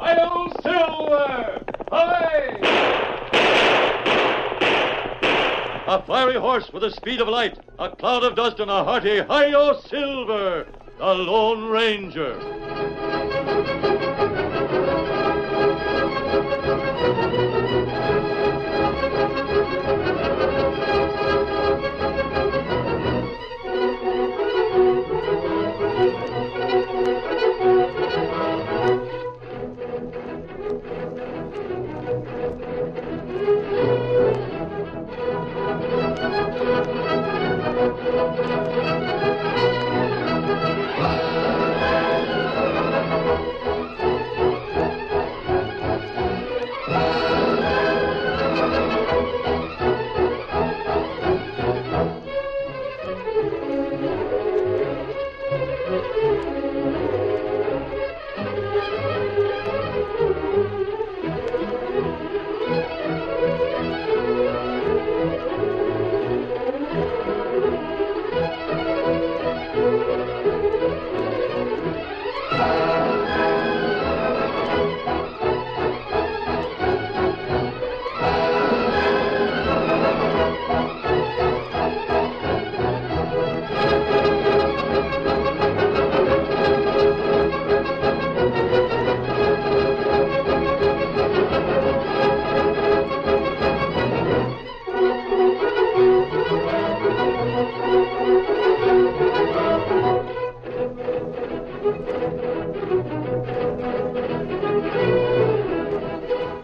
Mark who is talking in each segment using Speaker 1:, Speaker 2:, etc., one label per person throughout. Speaker 1: Idle silver! Hi! A fiery horse with the speed of light, a cloud of dust, and a hearty hi-yo silver! The Lone Ranger.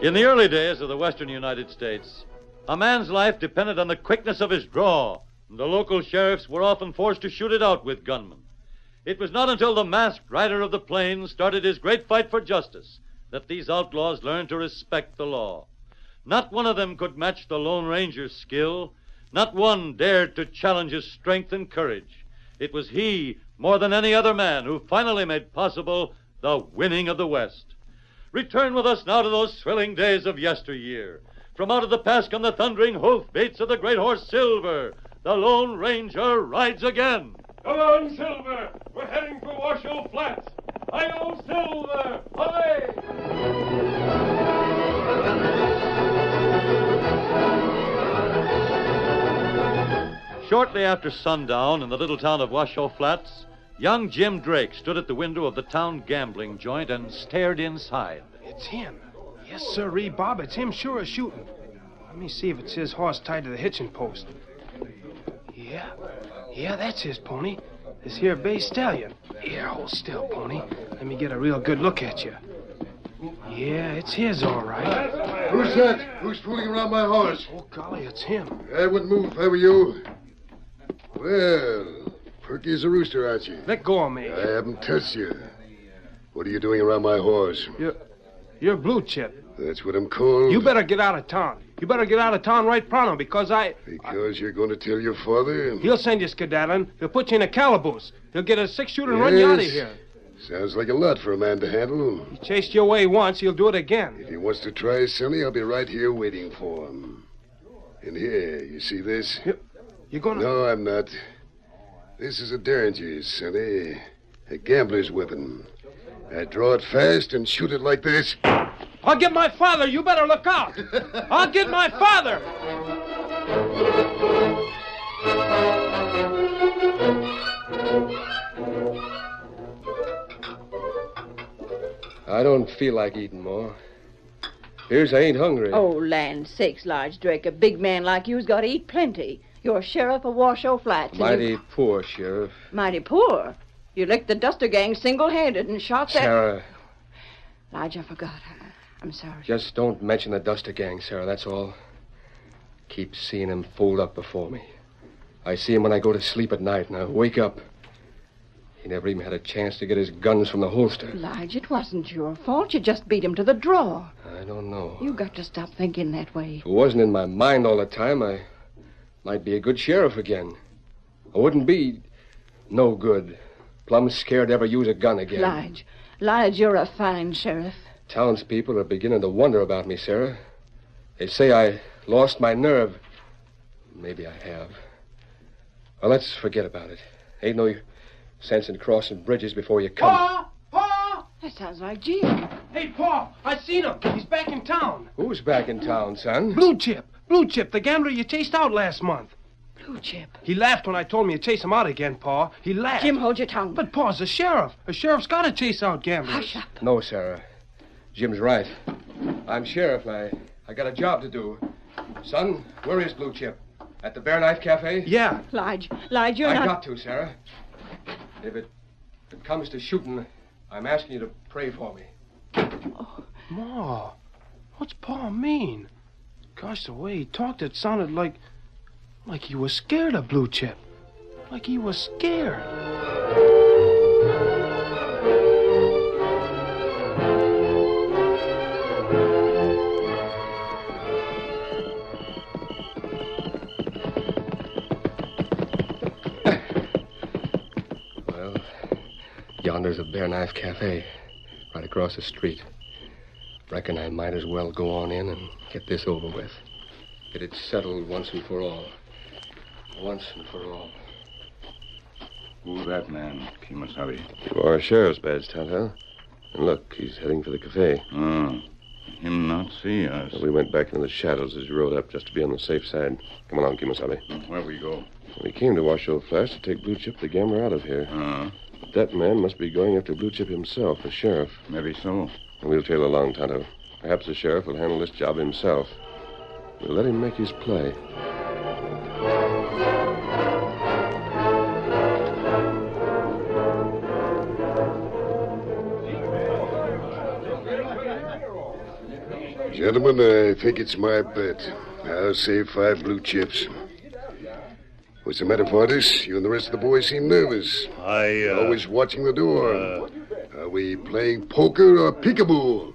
Speaker 1: In the early days of the western United States, a man's life depended on the quickness of his draw, and the local sheriffs were often forced to shoot it out with gunmen. It was not until the masked rider of the plains started his great fight for justice that these outlaws learned to respect the law. Not one of them could match the Lone Ranger's skill. Not one dared to challenge his strength and courage. It was he, more than any other man, who finally made possible the winning of the West. Return with us now to those thrilling days of yesteryear. From out of the past come the thundering hoofbeats of the great horse Silver. The Lone Ranger rides again.
Speaker 2: Come on, Silver! We're heading for Washoe Flats! I know Silver! Hi!
Speaker 1: Shortly after sundown in the little town of Washoe Flats, young Jim Drake stood at the window of the town gambling joint and stared inside.
Speaker 3: It's him. Yes, sirree, Bob. It's him sure as shooting. Let me see if it's his horse tied to the hitching post. Yeah. Yeah, that's his pony. This here bay stallion. Yeah, hold still, pony. Let me get a real good look at you. Yeah, it's his, all right.
Speaker 4: Who's that? Who's fooling around my horse?
Speaker 3: Oh, golly, it's him.
Speaker 4: I wouldn't move if I were you. Well, perky as a rooster, Archie.
Speaker 3: Let go of me.
Speaker 4: I haven't touched you. What are you doing around my horse?
Speaker 3: You're, you're blue chip.
Speaker 4: That's what I'm called.
Speaker 3: You better get out of town. You better get out of town right pronto because I.
Speaker 4: Because you're going to tell your father.
Speaker 3: He'll send you skedaddling. He'll put you in a calaboose. He'll get a six shooter and run you out of
Speaker 4: Yes.
Speaker 3: here.
Speaker 4: Sounds like a lot for a man to handle.
Speaker 3: He chased you away once. He'll do it again.
Speaker 4: If he wants to try Sonny, I'll be right here waiting for him. And here, you see this?
Speaker 3: You're gonna.
Speaker 4: No, I'm not. This is a derringer, Sonny. A gambler's weapon. I draw it fast and shoot it like this.
Speaker 3: I'll get my father. You better look out. I'll get my father.
Speaker 5: I don't feel like eating more. Here's I ain't hungry.
Speaker 6: Oh, land sakes, Large Drake, a big man like you's got to eat plenty. You're sheriff of Washoe Flats. and you-
Speaker 5: Mighty poor, Sheriff.
Speaker 6: mighty poor. You licked the Duster Gang single-handed and shot that...
Speaker 5: Sarah,
Speaker 6: Large, I forgot. I- I'm sorry.
Speaker 5: just don't mention the Duster Gang, Sarah, that's all. Keep seeing him fold up before me. I see him when I go to sleep at night, and I wake up. He never even had a chance to get his guns from the holster.
Speaker 6: Large, it wasn't your fault. You just beat him to the draw.
Speaker 5: I don't know.
Speaker 6: You got to stop thinking that way.
Speaker 5: If it wasn't in my mind all the time, I might be a good sheriff again. I wouldn't be no good. Plumb scared to ever use a gun again.
Speaker 6: Lige, Lige, you're a fine sheriff.
Speaker 5: Townspeople are beginning to wonder about me, Sarah. They say I lost my nerve. Maybe I have. Well, let's forget about it. Ain't no sense in crossing bridges before you come.
Speaker 3: Pa! Pa!
Speaker 6: That sounds like Jim.
Speaker 3: Hey, Pa, I seen him. He's back in town.
Speaker 5: Who's back in town, son?
Speaker 3: Blue Chip. Blue Chip, the gambler you chased out last month.
Speaker 6: Blue Chip.
Speaker 3: He laughed when I told him you chase him out again, Pa. He laughed.
Speaker 6: Jim, hold your tongue.
Speaker 3: But Pa's a sheriff. A sheriff's got to chase out gamblers.
Speaker 6: Hush up.
Speaker 5: No, Sarah. Jim's right. I'm sheriff. I I got a job to do. Son, where is Blue Chip? At the Bear Knife Cafe?
Speaker 3: Yeah,
Speaker 6: Lige, Lige, you're
Speaker 5: I
Speaker 6: not.
Speaker 5: got to, Sarah. If it, if it comes to shooting, I'm asking you to pray for me.
Speaker 3: Oh. Ma, what's Pa mean? Gosh, the way he talked, it sounded like. like he was scared of Blue Chip. Like he was scared.
Speaker 5: Well, yonder's the Bear Knife Cafe, right across the street. Reckon I might as well go on in and get this over with. Get it settled once and for all. Once and for all.
Speaker 7: Who's that man, Kimasabi?
Speaker 8: You are a sheriff's badge, Tonto. And look, he's heading for the cafe.
Speaker 7: Oh, him not see us.
Speaker 8: We went back into the shadows as you rode up just to be on the safe side. Come along, Kimasabi.
Speaker 7: Where we go?
Speaker 8: We came to Washoe Flash to take Blue Chip the gambler out of here.
Speaker 7: Uh,
Speaker 8: But that man must be going after Blue Chip himself, the sheriff.
Speaker 7: maybe so.
Speaker 8: And we'll trail along, Tonto. Perhaps the sheriff will handle this job himself. We'll let him make his play.
Speaker 4: Gentlemen, I think it's my bet. I'll save five blue chips. What's the matter, Fortis? You and the rest of the boys seem nervous.
Speaker 7: I, uh...
Speaker 4: Always watching the door. Are we playing poker or peekaboo?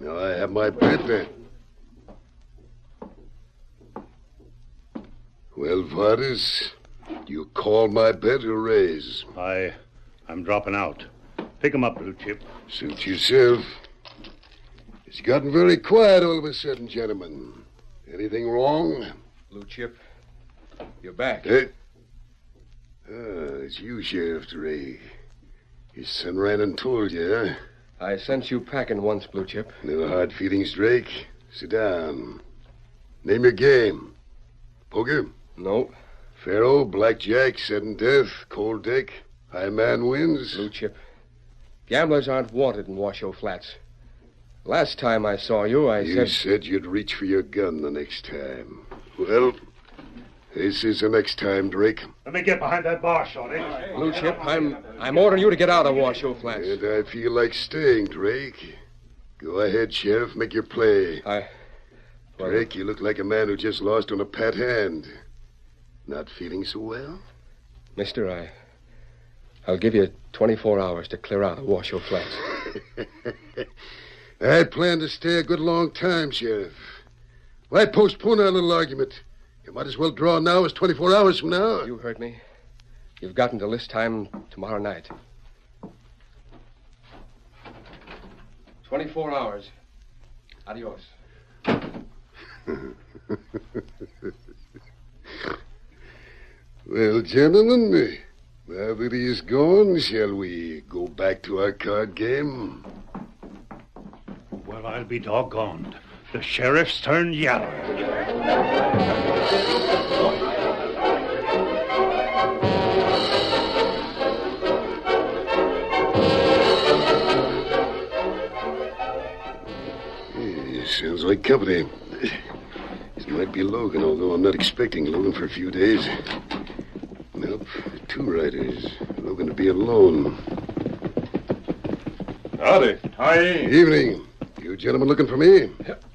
Speaker 4: Now I have my bet then. Well, Fortis, you call my bet a raise.
Speaker 7: I... I'm dropping out. Pick him up, Blue Chip.
Speaker 4: Suit yourself. It's gotten very quiet all of a sudden, gentlemen. Anything wrong?
Speaker 5: Blue Chip, you're back.
Speaker 4: Hey. Oh, it's you, Sheriff Drake. Your son ran and told eh? you, huh?
Speaker 5: I sent you packing once, Blue Chip.
Speaker 4: No hard feelings, Drake. Sit down. Name your game. Poker,
Speaker 5: No,
Speaker 4: Pharaoh, Blackjack, Sudden Death, Cold Deck. High man wins.
Speaker 5: Blue Chip. Gamblers aren't wanted in Washoe Flats. Last time I saw you, I
Speaker 4: you
Speaker 5: said.
Speaker 4: said you'd reach for your gun the next time. Well, this is the next time, Drake.
Speaker 7: Let me get behind that bar, Shorty.
Speaker 5: Blue Chip, I'm I'm ordering you to get out of Washoe Flats.
Speaker 4: And I feel like staying, Drake. Go ahead, Sheriff. Make your play.
Speaker 5: I. Well,
Speaker 4: Drake, you look like a man who just lost on a pat hand. Not feeling so well?
Speaker 5: Mister, I. I'll give you 24 hours to clear out of Washoe Flats.
Speaker 4: I plan to stay a good long time, Sheriff. Why postpone our little argument? You might as well draw now as 24 hours from now.
Speaker 5: You heard me. You've got until this time tomorrow night. 24 hours. Adios.
Speaker 4: Well, gentlemen, now that he is gone, shall we go back to our card game?
Speaker 7: Well, I'll be doggone. The sheriff's turned yellow.
Speaker 4: Eh, sounds like company. It might be Logan, although I'm not expecting Logan for a few days. Nope, two riders. Logan to be alone.
Speaker 8: Howdy.
Speaker 7: Hi.
Speaker 4: Evening. You gentlemen looking for me?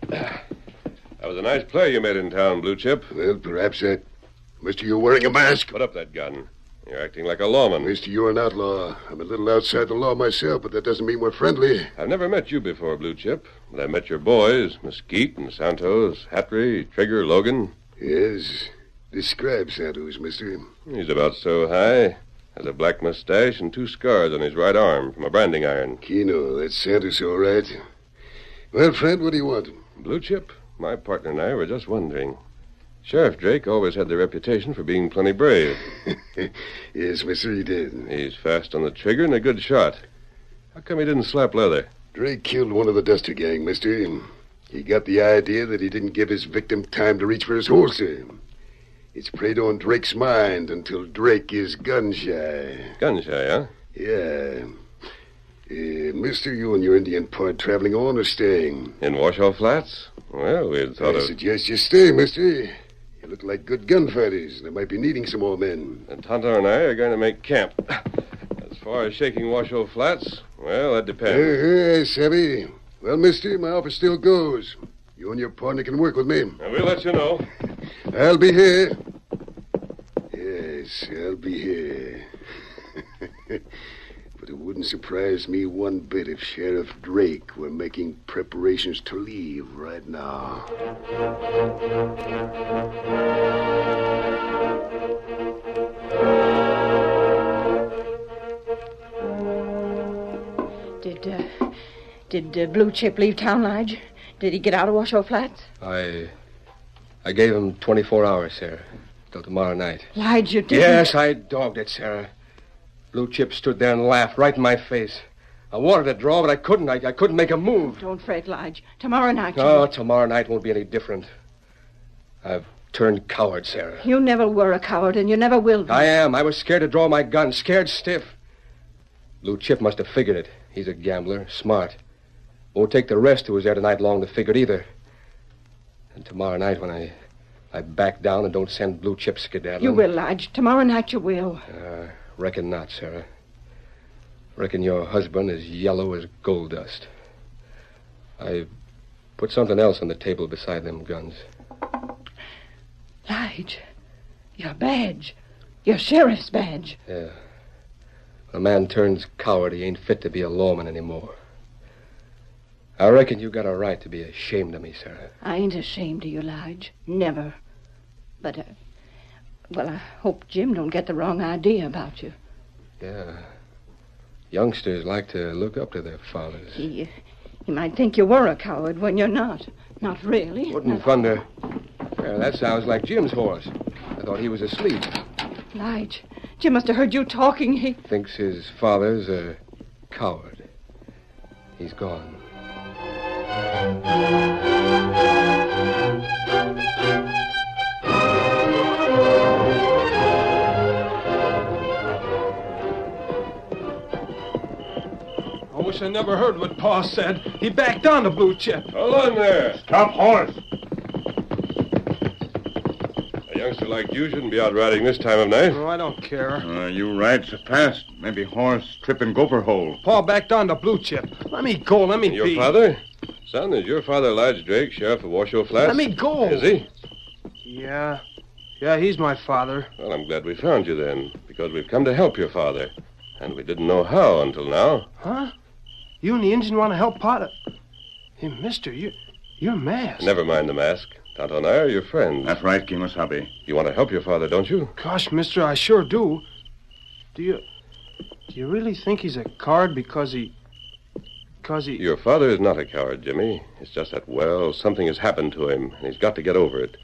Speaker 8: That was a nice play you made in town, Blue Chip.
Speaker 4: Well, perhaps I. Mister, you're wearing a mask.
Speaker 8: Put up that gun. You're acting like a lawman.
Speaker 4: Mister, you're an outlaw. I'm a little outside the law myself, but that doesn't mean we're friendly.
Speaker 8: I've never met you before, Blue Chip, but I met your boys, Mesquite and Santos, Hatry, Trigger, Logan.
Speaker 4: Yes. Describe Santos, mister.
Speaker 9: He's about so high. Has a black mustache and two scars on his right arm from a branding iron.
Speaker 4: Kino, that's Santos, all right. Well, friend, what do you want?
Speaker 9: Blue Chip, my partner and I were just wondering. Sheriff Drake always had the reputation for being plenty brave.
Speaker 4: yes, mister, he did.
Speaker 9: He's fast on the trigger and a good shot. How come he didn't slap leather?
Speaker 4: Drake killed one of the Duster gang, mister. He got the idea that he didn't give his victim time to reach for his holster. It's played on Drake's mind until Drake is gun shy.
Speaker 9: Gun shy, huh?
Speaker 4: Yeah. Uh, mister, you and your Indian part traveling on or staying?
Speaker 9: In Washoe Flats? Well, we thought
Speaker 4: I
Speaker 9: of...
Speaker 4: suggest you stay, mister. You look like good gunfighters. They might be needing some more men.
Speaker 9: And Tonto and I are going to make camp. As far as shaking Washoe Flats, well, that depends.
Speaker 4: Uh, uh, Sebby. Well, mister, my offer still goes. You and your partner can work with me.
Speaker 9: And we'll let you know.
Speaker 4: I'll be here. Yes, I'll be here. but it wouldn't surprise me one bit if Sheriff Drake were making preparations to leave right now.
Speaker 6: Did, uh, did uh, Blue Chip leave town, Lige? Did he get out of Washoe Flats?
Speaker 5: I. I gave him 24 hours, Sarah. Till tomorrow night.
Speaker 6: Lige, you did.
Speaker 5: Yes, I dogged it, Sarah. Blue Chip stood there and laughed right in my face. I wanted to draw, but I couldn't. I, I couldn't make a move.
Speaker 6: Don't fret, Lige. Tomorrow night.
Speaker 5: Oh, tomorrow night won't be any different. I've turned coward, Sarah.
Speaker 6: You never were a coward, and you never will be.
Speaker 5: I am. I was scared to draw my gun, scared stiff. Blue Chip must have figured it. He's a gambler, smart. Won't take the rest who was there tonight long to figure it either. And tomorrow night, when I, I back down and don't send Blue Chip skedaddling.
Speaker 6: You will, Lige. Tomorrow night you will.
Speaker 5: Uh, reckon not, Sarah. Reckon your husband is yellow as gold dust. I put something else on the table beside them guns.
Speaker 6: Lige, your badge. Your sheriff's badge.
Speaker 5: Yeah. When a man turns coward, he ain't fit to be a lawman anymore. I reckon you got a right to be ashamed of me, Sarah.
Speaker 6: I ain't ashamed of you, Lige. Never. But, uh, well, I hope Jim don't get the wrong idea about you.
Speaker 5: Yeah. Youngsters like to look up to their fathers.
Speaker 6: He, he might think you were a coward when you're not. Not really.
Speaker 5: Wouldn't
Speaker 6: Not-
Speaker 5: Hmm, thunder. Well, that sounds like Jim's horse. I thought he was asleep.
Speaker 6: Lige, Jim must have heard you talking. He.
Speaker 5: Thinks his father's a coward. He's gone.
Speaker 3: I wish I never heard what Pa said. He backed down to Blue Chip.
Speaker 9: Hold on there.
Speaker 7: Stop horse.
Speaker 9: A youngster like you shouldn't be out riding this time of night.
Speaker 3: No, I don't care.
Speaker 7: Uh, you ride so fast. Maybe horse trip and gopher hole.
Speaker 3: Pa backed down to Blue Chip. Let me go. Let me
Speaker 9: And your
Speaker 3: be.
Speaker 9: father? Son, is your father Lige Drake, sheriff of Washoe Flats?
Speaker 3: Let me go.
Speaker 9: Is he?
Speaker 3: Yeah. Yeah, he's my father.
Speaker 9: Well, I'm glad we found you then, because we've come to help your father. And we didn't know how until now.
Speaker 3: Huh? You and the engine want to help Pa to... Hey, mister, you, you're masked.
Speaker 9: Never mind the mask. Tonto and I are your friends.
Speaker 7: That's right, Kimasabi.
Speaker 9: You want to help your father, don't you?
Speaker 3: Gosh, mister, I sure do. Do you... Do you really think he's a card because he... Because he...
Speaker 9: Your father is not a coward, Jimmy. It's just that, well, something has happened to him, and he's got to get over it.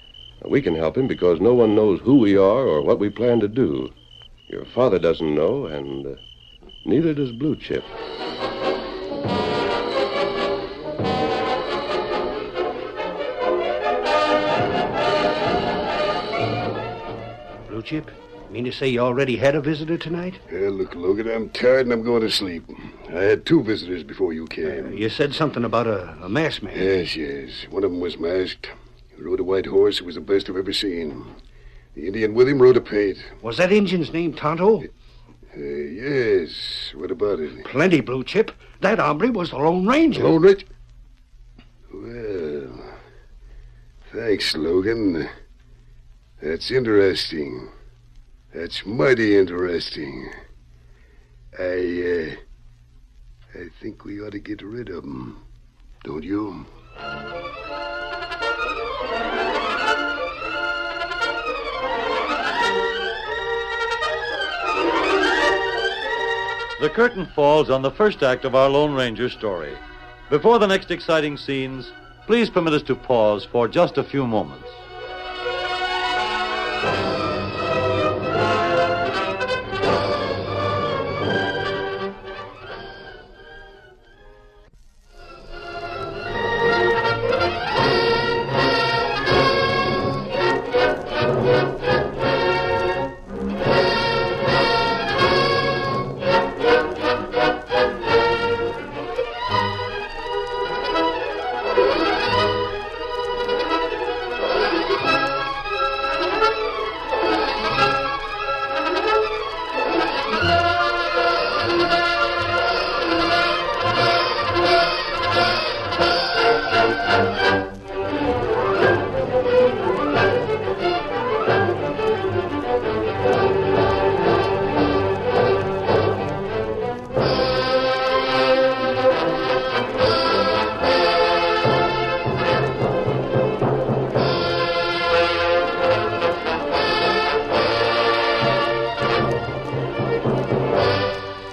Speaker 9: We can help him because no one knows who we are or what we plan to do. Your father doesn't know, and uh, neither does Blue Chip.
Speaker 10: Blue Chip, mean to say you already had a visitor tonight?
Speaker 4: Uh, look, Logan, I'm tired and I'm going to sleep. I had two visitors before you
Speaker 9: Uh,
Speaker 4: came.
Speaker 10: You said something about a, a masked man.
Speaker 4: Yes, yes. One of them was masked. He rode a white horse. It was the best I've ever seen. The Indian with him rode a paint.
Speaker 10: Was that Injun's name Tonto?
Speaker 4: Uh, yes. What about it?
Speaker 10: Plenty, Blue Chip. That hombre was the Lone Ranger.
Speaker 4: Lone Ranger? Well, thanks, Logan. That's interesting. That's mighty interesting. I, uh, I think we ought to get rid of him. Don't you?
Speaker 1: The curtain falls on the first act of our Lone Ranger story. Before the next exciting scenes, please permit us to pause for just a few moments.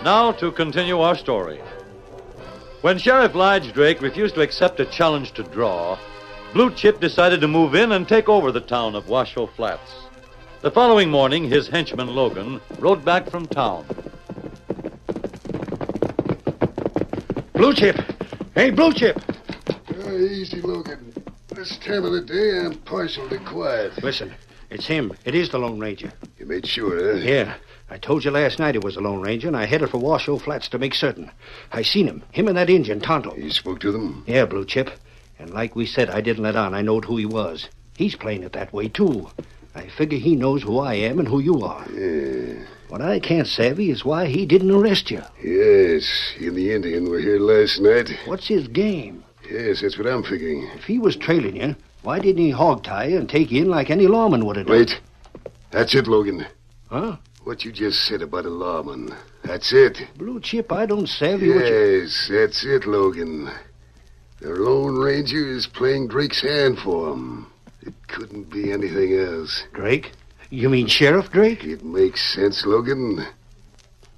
Speaker 1: Now to continue our story. When Sheriff Lige Drake refused to accept a challenge to draw, Blue Chip decided to move in and take over the town of Washoe Flats. The following morning, his henchman Logan rode back from town.
Speaker 3: Blue Chip! Hey, Blue Chip!
Speaker 4: Uh, easy, Logan. This time of the day, I'm partial to quiet.
Speaker 3: Listen, it's him. It is the Lone Ranger.
Speaker 4: You made sure, huh?
Speaker 3: Yeah. I told you last night it was the Lone Ranger, and I headed for Washoe Flats to make certain. I seen him. Him and that Indian, Tonto.
Speaker 4: You spoke to them?
Speaker 3: Yeah, Blue Chip. And like we said, I didn't let on. I knowed who he was. He's playing it that way, too. I figure he knows who I am and who you are.
Speaker 4: Yeah.
Speaker 3: What I can't savvy is why he didn't arrest you.
Speaker 4: Yes, he and the Indian were here last night.
Speaker 3: What's his game?
Speaker 4: Yes, that's what I'm figuring.
Speaker 3: If he was trailing you, why didn't he hog tie you and take you in like any lawman would have done?
Speaker 4: Wait. That's it, Logan.
Speaker 3: Huh?
Speaker 4: What you just said about a lawman. That's it.
Speaker 3: Blue Chip, I don't savvy what you...
Speaker 4: Yes, that's it, Logan. The Lone Ranger is playing Drake's hand for him. It couldn't be anything else.
Speaker 3: Drake? You mean Sheriff Drake?
Speaker 4: It makes sense, Logan.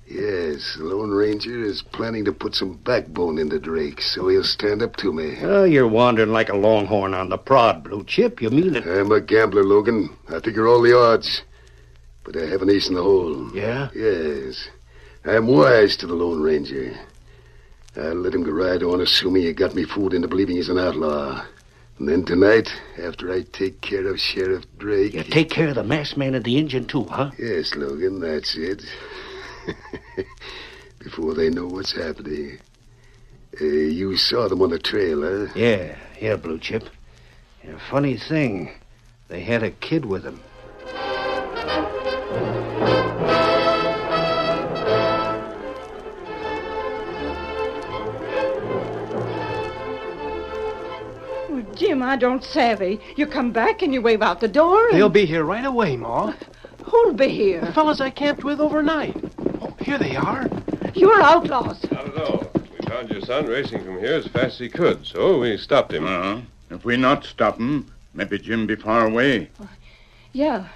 Speaker 4: Yes, the Lone Ranger is planning to put some backbone into Drake, so he'll stand up to me.
Speaker 3: Oh, you're wandering like a longhorn on the prod, Blue Chip. You mean it?
Speaker 4: I'm a gambler, Logan. I figure all the odds. But I have an ace in the hole.
Speaker 3: Yeah?
Speaker 4: Yes. I'm wise to the Lone Ranger. I let him go ride on, assuming he got me fooled into believing he's an outlaw. And then tonight, after I take care of Sheriff Drake.
Speaker 3: You take care of the masked man and the engine, too, huh?
Speaker 4: Yes, Logan, that's it. Before they know what's happening. Uh, you saw them on the trail, huh?
Speaker 3: Yeah, yeah, Blue Chip. And a funny thing, they had a kid with them.
Speaker 6: Oh, Jim, I don't savvy. You come back and you wave out the door and
Speaker 11: They'll be here right away, Ma.
Speaker 6: who'll be
Speaker 11: The
Speaker 6: here?
Speaker 11: fellas I camped with overnight. Oh, here they are.
Speaker 6: You're outlaws.
Speaker 5: Not at all. We found your son racing from here as fast as he could, so we stopped him.
Speaker 7: Uh-huh. If we not stop him, maybe Jim be far away.
Speaker 6: Yeah.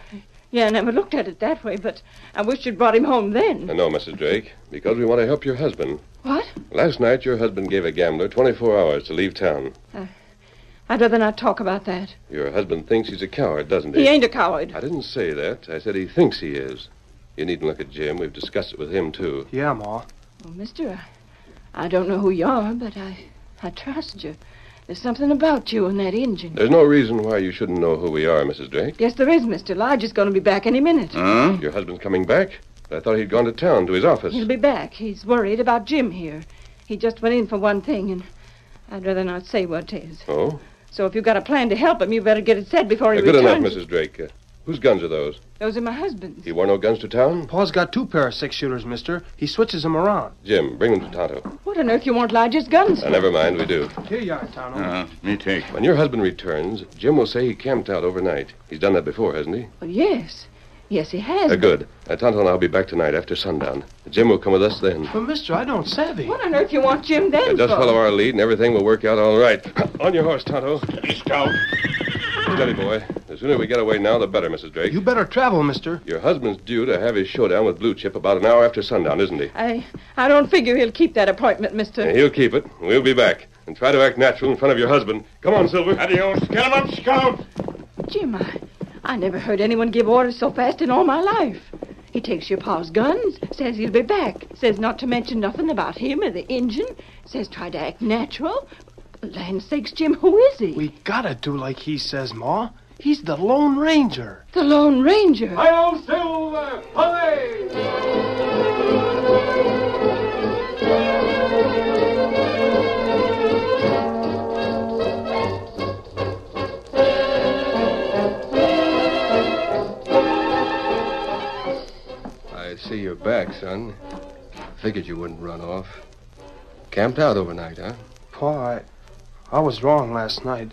Speaker 6: Yeah, I never looked at it that way, but I wish you'd brought him home then.
Speaker 5: Uh, no, Mrs. Drake, because we want to help your husband.
Speaker 6: What?
Speaker 5: Last night, your husband gave a gambler 24 hours to leave town.
Speaker 6: I'd rather not talk about that.
Speaker 5: Your husband thinks he's a coward, doesn't he?
Speaker 6: He ain't a coward.
Speaker 5: I didn't say that. I said he thinks he is. You needn't look at Jim. We've discussed it with him, too.
Speaker 11: Yeah, Ma.
Speaker 6: Well, Oh, mister, I don't know who you are, but I, I trust you. There's something about you and that engine.
Speaker 5: There's no reason why you shouldn't know who we are, Mrs. Drake.
Speaker 6: Yes, there is, Mr. Lodge is going to be back any minute.
Speaker 7: Huh?
Speaker 5: Your husband's coming back. I thought he'd gone to town, to his office.
Speaker 6: He'll be back. He's worried about Jim here. He just went in for one thing, and I'd rather not say what 'tis.
Speaker 5: Oh?
Speaker 6: So if you've got a plan to help him, you better get it said before he
Speaker 5: Uh, good enough,
Speaker 6: returns.
Speaker 5: Mrs. Drake. Uh, whose guns are those?
Speaker 6: Those are my husband's.
Speaker 5: He wore no guns to town?
Speaker 11: Paul's got two pair of six shooters, mister. He switches them around.
Speaker 5: Jim, bring them to Tonto.
Speaker 6: What on earth you want Lodge's guns
Speaker 5: Uh,
Speaker 6: for?
Speaker 5: never mind, we do.
Speaker 11: Here you are, Tonto.
Speaker 7: Uh, me take.
Speaker 5: When your husband returns, Jim will say he camped out overnight. He's done that before, hasn't he?
Speaker 6: Well, yes. Yes, he has.
Speaker 5: Uh, good. Uh, Tonto and I'll be back tonight after sundown. Jim will come with us then.
Speaker 11: But, mister, I don't savvy.
Speaker 6: What on earth you want Jim then
Speaker 5: Uh, just
Speaker 6: for?
Speaker 5: follow our lead and everything will work out all right. On your horse, Tonto.
Speaker 7: East out.
Speaker 5: Steady, boy. There's
Speaker 9: The sooner we get away now, the better, Mrs. Drake.
Speaker 3: You better travel, mister.
Speaker 9: Your husband's due to have his showdown with Blue Chip about an hour after sundown, isn't he?
Speaker 6: I, I don't figure he'll keep that appointment, mister.
Speaker 9: And he'll keep it. We'll be back. And try to act natural in front of your husband. Come on, Silver.
Speaker 7: Adios. Get him up, Scout.
Speaker 6: Jim, I, I never heard anyone give orders so fast in all my life. He takes your pa's guns, says he'll be back, says not to mention nothing about him or the engine, says try to act natural. Land sakes, Jim, who is he?
Speaker 3: We gotta do like he says, Ma. He's the Lone Ranger.
Speaker 6: The Lone Ranger.
Speaker 2: I'll Silver! Hooray!
Speaker 5: I see you're back, son. Figured you wouldn't run off. Camped out overnight, huh?
Speaker 3: Pa, I, I was wrong last night.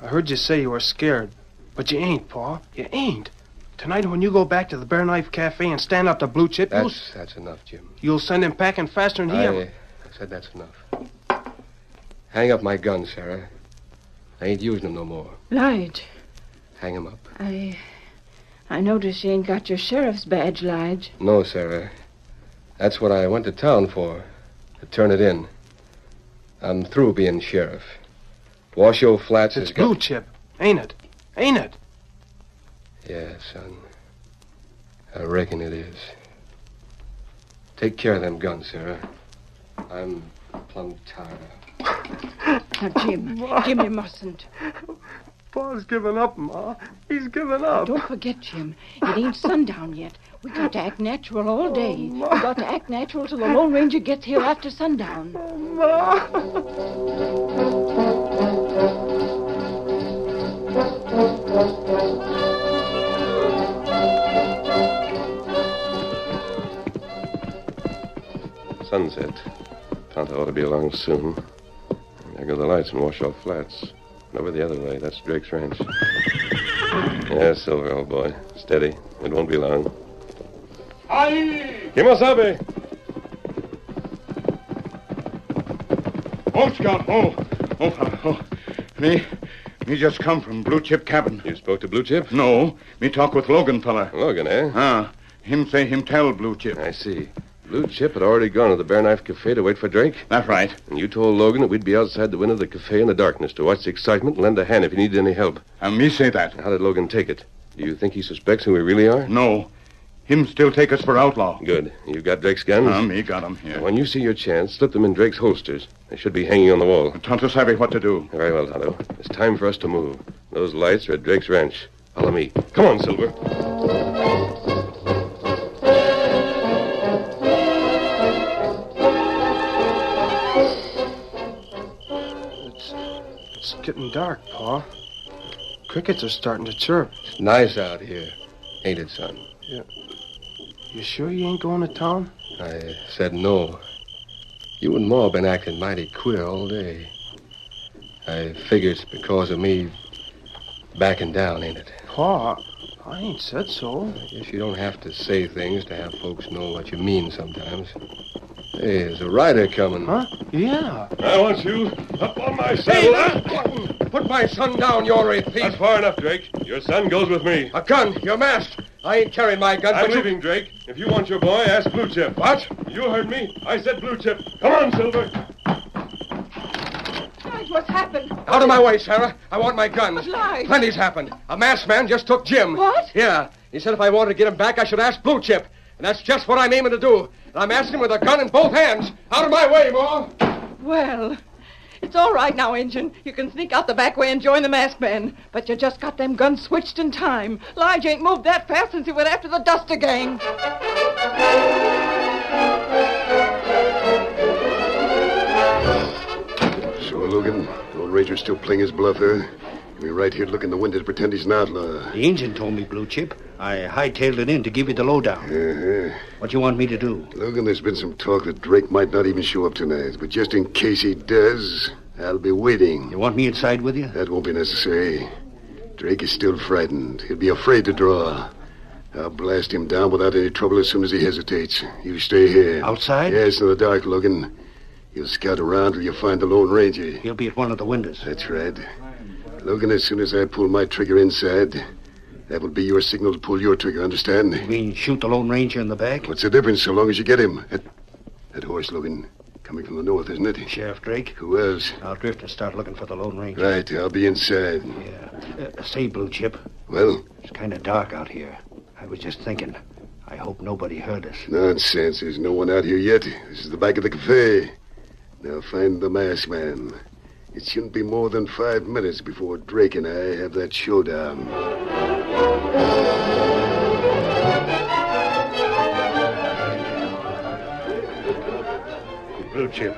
Speaker 3: I heard you say you were scared, but you ain't, Pa. You ain't. Tonight, when you go back to the Bear Knife Cafe and stand up to Blue Chip, you'll,
Speaker 5: That's that's enough, Jim.
Speaker 3: you'll send him packing faster than he
Speaker 5: I,
Speaker 3: ever.
Speaker 5: I said that's enough. Hang up my gun, Sarah. I ain't using them no more.
Speaker 6: Lige,
Speaker 5: Hang 'em up.
Speaker 6: I. I notice you ain't got your sheriff's badge, Lige.
Speaker 5: No, Sarah. That's what I went to town for. To turn it in. I'm through being sheriff. Washoe Flats
Speaker 3: It's
Speaker 5: is
Speaker 3: Blue Chip, ain't it? Ain't it?
Speaker 5: Yeah, son. I reckon it is. Take care of them guns, Sarah. I'm plumb tired.
Speaker 6: Now, Jim, Jim, you mustn't.
Speaker 3: Pa's giving up, Ma. He's giving up.
Speaker 6: Don't forget, Jim, it ain't sundown yet. We got to act natural all day. We got to act natural till the Lone Ranger gets here after sundown.
Speaker 9: Sunset. Tonto ought to be along soon. There go the lights in Washoe Flats. And over the other way, that's Drake's ranch. Yeah, Silver, old boy. Steady. It won't be long.
Speaker 2: Aye!
Speaker 9: Kimosabe!
Speaker 7: Oh, Scout. Oh. Oh, fella. Oh. Me. Me just come from Blue Chip Cabin.
Speaker 9: You spoke to Blue Chip?
Speaker 7: No. Me talk with Logan, fella.
Speaker 9: Logan, eh?
Speaker 7: Ah. Him say him tell Blue Chip.
Speaker 9: I see. Blue Chip had already gone to the Bear Knife Cafe to wait for Drake,
Speaker 7: That's right.
Speaker 9: and you told Logan that we'd be outside the window of the cafe in the darkness to watch the excitement and lend a hand if he needed any help.
Speaker 7: And me say that.
Speaker 9: How did Logan take it? Do you think he suspects who we really are?
Speaker 7: No. Him still take us for outlaw.
Speaker 9: Good. You've got Drake's guns?
Speaker 7: Ah, me got him here.
Speaker 9: When you see your chance, slip them in Drake's holsters. They should be hanging on the wall.
Speaker 7: Tonto savvy what to do.
Speaker 9: Very well, Tonto. It's time for us to move. Those lights are at Drake's ranch. Follow me. Come on, Silver.
Speaker 3: It's, it's getting dark, Pa. Crickets are starting to chirp.
Speaker 5: It's nice out here, ain't it, son?
Speaker 3: You sure you ain't going to town?
Speaker 5: I said no. You and Ma been acting mighty queer all day. I figure it's because of me backing down, ain't it?
Speaker 3: Pa, I ain't said so.
Speaker 5: I guess you don't have to say things to have folks know what you mean sometimes. Hey, there's a rider coming.
Speaker 3: Huh? Yeah.
Speaker 9: I want you up on my
Speaker 5: Hey, that button! Put my son down, you ornery thief!
Speaker 9: That's far enough, Drake. Your son goes with me.
Speaker 5: A gun, your mask! I ain't carrying my gun,
Speaker 9: I'm
Speaker 5: but you-
Speaker 9: leaving, Drake. If you want your boy, ask Blue Chip. What? You heard me. I said Blue Chip. Come on, Silver.
Speaker 6: Lige, what's happened?
Speaker 5: Out of my way, Sarah. I want my guns.
Speaker 6: But, Lige-
Speaker 5: Plenty's happened. A masked man just took Jim.
Speaker 6: What?
Speaker 5: Yeah. He said if I wanted to get him back, I should ask Blue Chip. And that's just what I'm aiming to do. And I'm asking with a gun in both hands. Out of my way, Ma.
Speaker 6: Well, it's all right now, Injun. You can sneak out the back way and join the masked men. But you just got them guns switched in time. Lige ain't moved that fast since he went after the Duster gang.
Speaker 4: So, Logan, the old Ranger's still playing his bluff, huh? We're right here looking the window to pretend he's an outlaw.
Speaker 10: The engine told me, Blue Chip. I hightailed it in to give you the lowdown.
Speaker 4: Uh-huh.
Speaker 10: What you want me to do?
Speaker 4: Logan, there's been some talk that Drake might not even show up tonight, but just in case he does, I'll be waiting.
Speaker 10: You want me inside with you?
Speaker 4: That won't be necessary. Drake is still frightened. He'll be afraid to draw. I'll blast him down without any trouble as soon as he hesitates. You stay here.
Speaker 10: Outside?
Speaker 4: Yes, in the dark, Logan. You'll scout around till you find the Lone Ranger.
Speaker 10: He'll be at one of the windows.
Speaker 4: That's right. Logan, as soon as I pull my trigger inside, that will be your signal to pull your trigger, understand? You
Speaker 10: mean shoot the Lone Ranger in the back?
Speaker 4: What's the difference so long as you get him? That, that horse, Logan, coming from the north, isn't it?
Speaker 10: Sheriff Drake?
Speaker 4: Who else?
Speaker 10: I'll drift and start looking for the Lone Ranger.
Speaker 4: Right, I'll be inside.
Speaker 10: Uh, say, Blue Chip,
Speaker 4: Well,
Speaker 10: it's kind of dark out here. I was just thinking. I hope nobody heard us.
Speaker 4: nonsense. There's no one out here yet. This is the back of the cafe. Now find the masked man. It shouldn't be more than five minutes before Drake and I have that showdown.
Speaker 7: Blue Chip,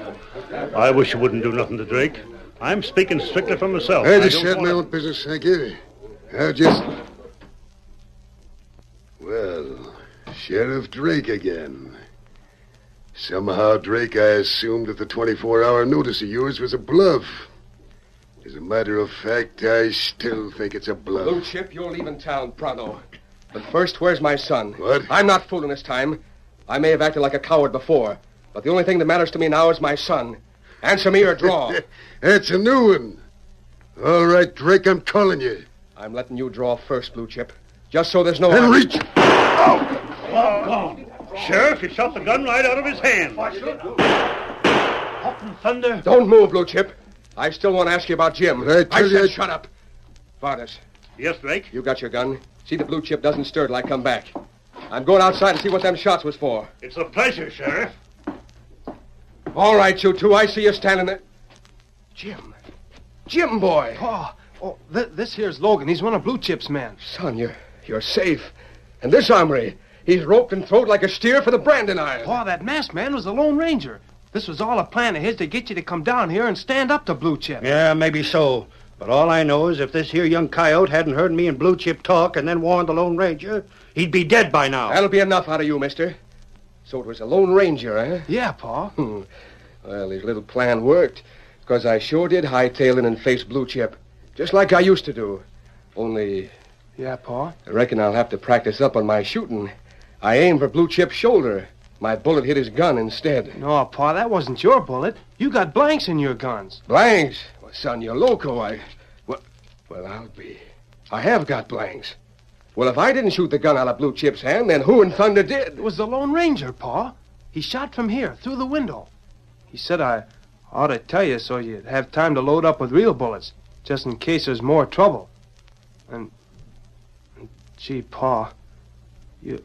Speaker 7: I wish you wouldn't do nothing to Drake. I'm speaking strictly for myself.
Speaker 4: I just
Speaker 7: don't
Speaker 4: had my
Speaker 7: wanna-
Speaker 4: own business, thank you. I just. Well, Sheriff Drake again. Somehow, Drake, I assumed that the 24 hour notice of yours was a bluff. As a matter of fact, I still think it's a
Speaker 5: Blue
Speaker 4: bluff.
Speaker 5: Chip, you're leaving town, Prado. But first, where's my son?
Speaker 4: What?
Speaker 5: I'm not fooling this time. I may have acted like a coward before, but the only thing that matters to me now is my son. Answer me or draw.
Speaker 4: That's a new one. All right, Drake, I'm calling you.
Speaker 5: I'm letting you draw first, Blue Chip, just so there's no.
Speaker 4: And reach.
Speaker 7: Doggone. Sheriff, you shot the gun right out of his hand. Hot and thunder.
Speaker 5: Don't move, Blue Chip. I still want to ask you about Jim.
Speaker 4: Did I tell
Speaker 5: said
Speaker 4: you-
Speaker 5: shut up. Vardas,
Speaker 7: Yes, Drake.
Speaker 5: you got your gun. See the Blue Chip doesn't stir till I come back. I'm going outside and see what them shots was for.
Speaker 7: It's a pleasure, Sheriff.
Speaker 5: All right, you two. I see you standing there. Jim. Jim, boy.
Speaker 3: Paul, oh, th- this here's Logan. He's one of Blue Chip's men.
Speaker 5: Son, you're, you're safe. And this armory, he's roped and throwed like a steer for the branding iron.
Speaker 3: Paul, that masked man was the Lone Ranger. This was all a plan of his to get you to come down here and stand up to Blue Chip.
Speaker 10: Yeah, maybe so. But all I know is if this here young coyote hadn't heard me and Blue Chip talk and then warned the Lone Ranger, he'd be dead by now.
Speaker 5: That'll be enough out of you, mister. So it was a Lone Ranger, eh?
Speaker 3: Yeah, Paul.
Speaker 5: Well, his little plan worked, because I sure did hightail in and face Blue Chip, just like I used to do. Only,
Speaker 3: Yeah, Paul.
Speaker 5: I reckon I'll have to practice up on my shooting. I aimed for Blue Chip's shoulder. My bullet hit his gun instead.
Speaker 3: No, Paul, that wasn't your bullet. You got blanks in your guns.
Speaker 5: Blanks? Well, son, you're loco. I. Well, well, I'll be. I have got blanks. Well, if I didn't shoot the gun out of Blue Chip's hand, then who in thunder did?
Speaker 3: It was the Lone Ranger, Paul. He shot from here, through the window. He said I ought to tell you so you'd have time to load up with real bullets, just in case there's more trouble. And, and gee, Paul, you,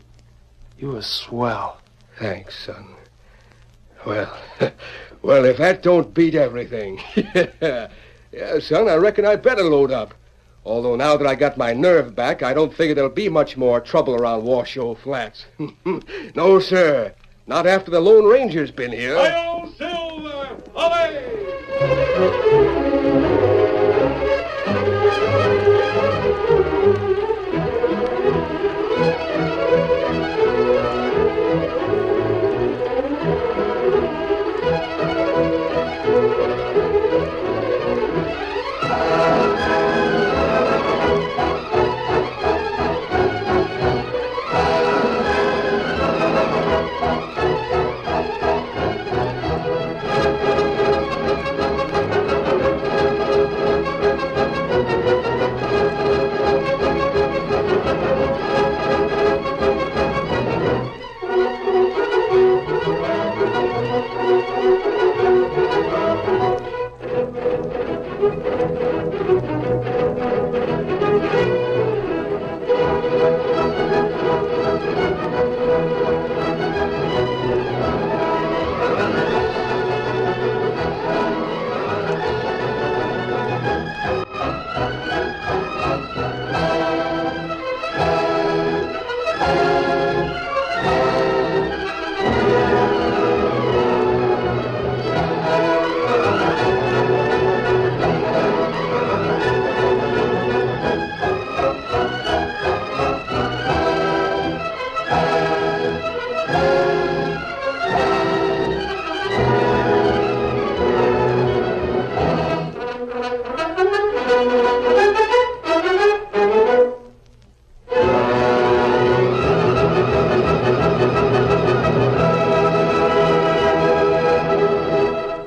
Speaker 3: you were swell.
Speaker 5: Thanks, son. Well, well, if that don't beat everything. yeah. son, I reckon I better load up. Although now that I got my nerve back, I don't figure there'll be much more trouble around Washoe Flats. no, sir. Not after the Lone Ranger's been here.
Speaker 2: Hi-yo, Silver! Away!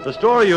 Speaker 7: The
Speaker 1: story you